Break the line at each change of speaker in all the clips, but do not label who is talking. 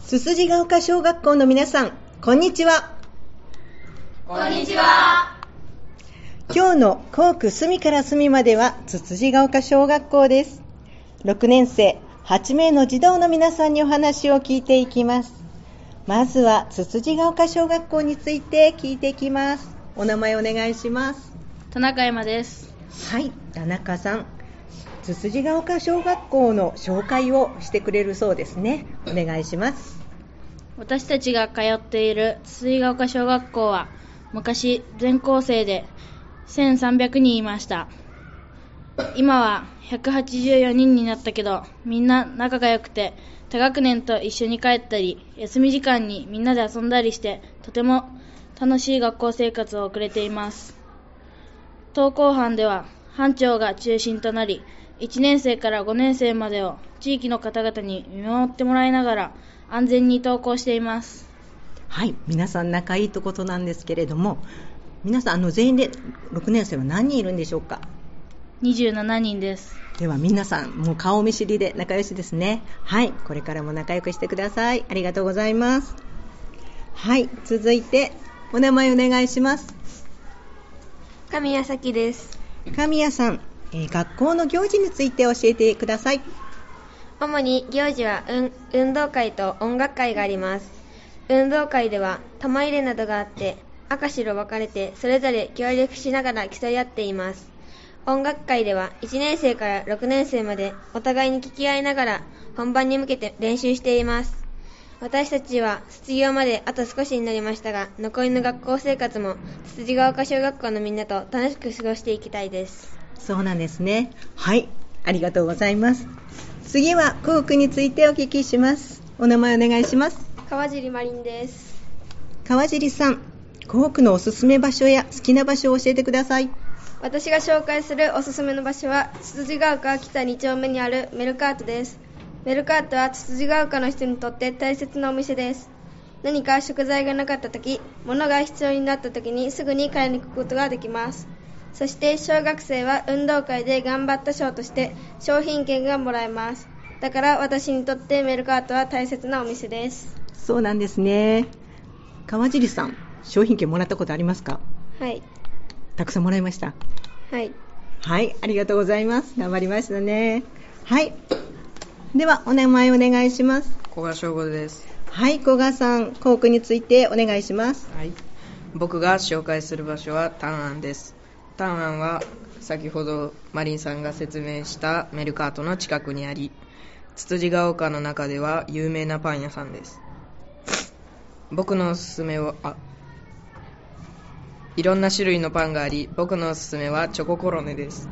すすじが丘小学校の皆さん、こんにちは。
こんにちは。
今日の校区隅から隅までは、つつじが丘小学校です。6年生、8名の児童の皆さんにお話を聞いていきます。まずは、つつじが丘小学校について聞いていきます。お名前お願いします。
田中山です。
はい、田中さん。つつじが丘小学校の紹介をしてくれるそうですね。お願いします。
私たちが通っている水ヶ丘小学校は昔全校生で1300人いました。今は184人になったけどみんな仲が良くて他学年と一緒に帰ったり休み時間にみんなで遊んだりしてとても楽しい学校生活を送れています。登校班では班長が中心となり1年生から5年生までを地域の方々に見守ってもらいながら安全に登校しています
はい、皆さん仲いいってことなんですけれども、皆さんあの全員で6年生は何人いるんでしょうか。
27人です
では皆さんもう顔見知りで仲良しですね。はい、これからも仲良くしてください。ありがとうございます。はい、続いてお名前お願いします。
神谷咲です
神谷さん、えー学校の行事について教えてください。
主に行事は運運動会と音楽会があります運動会では玉入れなどがあって赤白分かれてそれぞれ協力しながら競い合っています音楽会では1年生から6年生までお互いに聞き合いながら本番に向けて練習しています私たちは卒業まであと少しになりましたが残りの学校生活もつつじが丘小学校のみんなと楽しく過ごしていきたいです
そうなんですね。はい、ありがとうございます。次は校区についてお聞きします。お名前お願いします。
川尻マリンです
川尻さん、校区のおすすめ場所や好きな場所を教えてください。
私が紹介するおすすめの場所はつつじが丘北2丁目にあるメルカートですメルカートはつつじが丘の人にとって大切なお店です何か食材がなかった時物が必要になった時にすぐに買いに行くことができますそして小学生は運動会で頑張った賞として商品券がもらえますだから私にとってメルカートは大切なお店です
そうなんですね。川尻さん、商品券もらったことありますか
はい
たくさんもらいました。
はい
はい、ありがとうございます。頑張りましたね。はい。では、お名前お願いします。
小賀翔吾です、
はい、古賀さん、校区についてお願いします。
はい、僕が紹介する場所はタンアンですタンアンは先ほどマリンさんが説明したメルカートの近くにありつつじが丘の中では有名なパン屋さんです僕のおすすめはあいろんな種類のパンがあり僕のおすすめはチョココロネです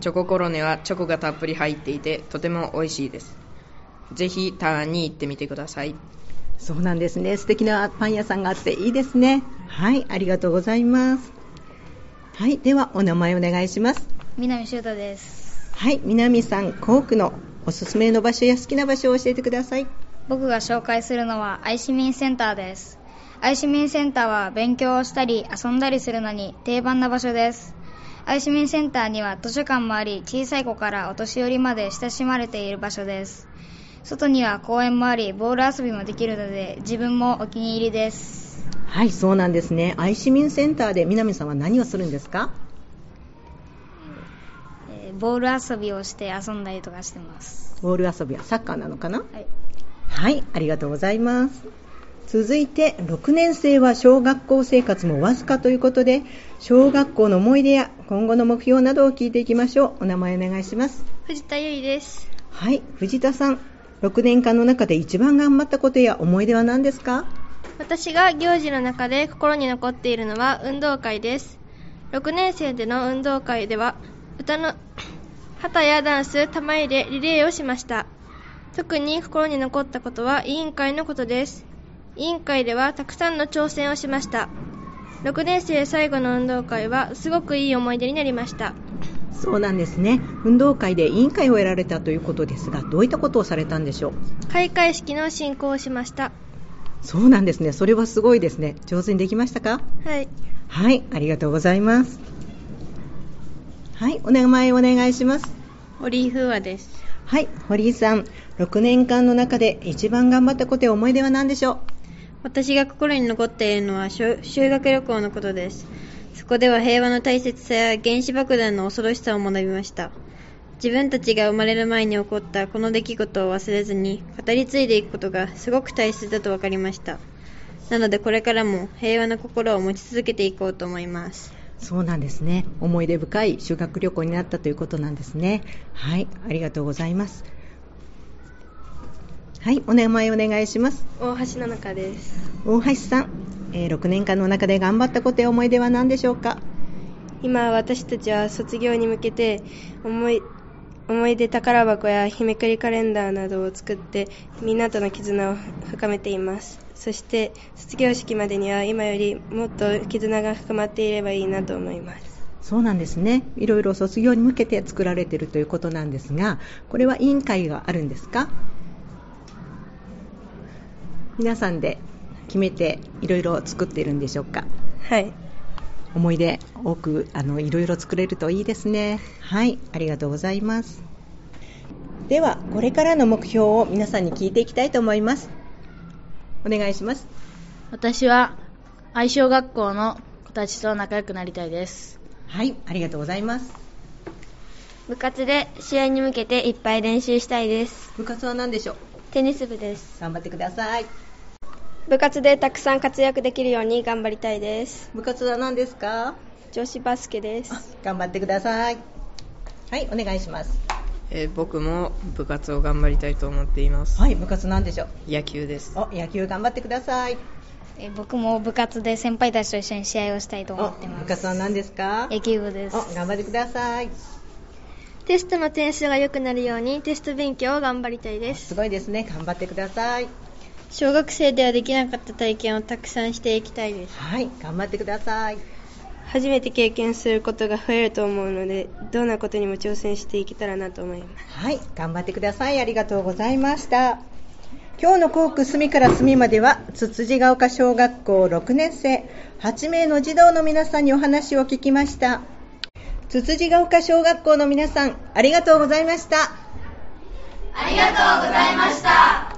チョココロネはチョコがたっぷり入っていてとても美味しいですぜひタンアンに行ってみてください
そうなんですね。素敵なパン屋さんがあっていいですね。はい、ありがとうございます。はい、では、お名前お願いします。
南修太です
はい、南さん、校区のおすすめの場所や好きな場所を教えてください。
僕が紹介するのは愛市民センターです愛市民センターは勉強をしたり遊んだりするのに定番な場所です愛市民センターには図書館もあり小さい子からお年寄りまで親しまれている場所です外には公園もありボール遊びもできるので自分もお気に入りです
はい、そうなんですね。愛市民センターで南さんは何をするんですか
えーボール遊びをして遊んだりとかしてます。
ボール遊びはサッカーなのかな
はい、
はい、ありがとうございます。続いて、6年生は小学校生活もわずかということで、小学校の思い出や今後の目標などを聞いていきましょう。お名前お願いします。
藤田由衣です
はい、藤田さん。6年間の中で一番頑張ったことや思い出は何ですか
私が行事の中で心に残っているのは運動会です6年生での運動会では歌の旗やダンス玉入れリレーをしました特に心に残ったことは委員会のことです委員会ではたくさんの挑戦をしました6年生最後の運動会はすごくいい思い出になりました
そうなんですね。運動会で委員会を得られたということですが、どういったことをされたんでしょう
開会式の進行をしました
そうなんですね。それはすごいですね。上手にできましたか
はい
はい、ありがとうございます。はい、お名前お願いします。
オリーフーアです
はい、堀井さん、6年間の中で一番頑張ったことや思い出は何でしょう
私が心に残っているのは修修学旅行のことですそこでは平和の大切さや原子爆弾の恐ろしさを学びました自分たちが生まれる前に起こったこの出来事を忘れずに語り継いでいくことがすごく大切だと分かりましたなのでこれからも平和な心を持ち続けていこうと思います
そうなんですね。思い出深い修学旅行になったということなんですね。はい、ありがとうございます。はい、お名前お願いします。
大橋ななかです
大橋さん、え6年間の中で頑張ったことや思い出は何でしょうか
今私たちは卒業に向けて思い思い出宝箱や日めくりカレンダーなどを作ってみんなとの絆を深めていますそして卒業式までには今よりもっと絆が深まっていればいいなと思います
そうなんですね。いろいろ卒業に向けて作られているということなんですが、これは委員会があるんですか皆さんで決めていろいろ作っているんでしょうか
はい
思い出多くあのいろいろ作れるといいですねはいありがとうございますではこれからの目標を皆さんに聞いていきたいと思いますお願いします
私は愛称学校の子たちと仲良くなりたいです
はいありがとうございます
部活で試合に向けていっぱい練習したいです
部活は何でしょう
テニス部です
頑張ってください
部活でたくさん活躍できるように頑張りたいです
部活は何ですか
女子バスケです
頑張ってくださいはいお願いします
えー僕も部活を頑張りたいと思っています、
はい部活なんでしょう
野球です
お野球頑張ってください
え僕も部活で先輩たちと一緒に試合をしたいと思
お
ってます
部活は何ですか
野球部です
お頑張ってください
テストの点数が良くなるようにテスト勉強を頑張りたいです
すごいですね頑張ってください
小学生ではできなかった体験をたくさんしていきたいです
はい頑張ってください
初めて経験することが増えると思うのでどんなことにも挑戦していけたらなと思います
はい頑張ってくださいありがとうございました今日の校区隅から隅まではつつじが丘小学校6年生8名の児童の皆さんにお話を聞きましたつつじが丘小学校の皆さんありがとうございました
ありがとうございました。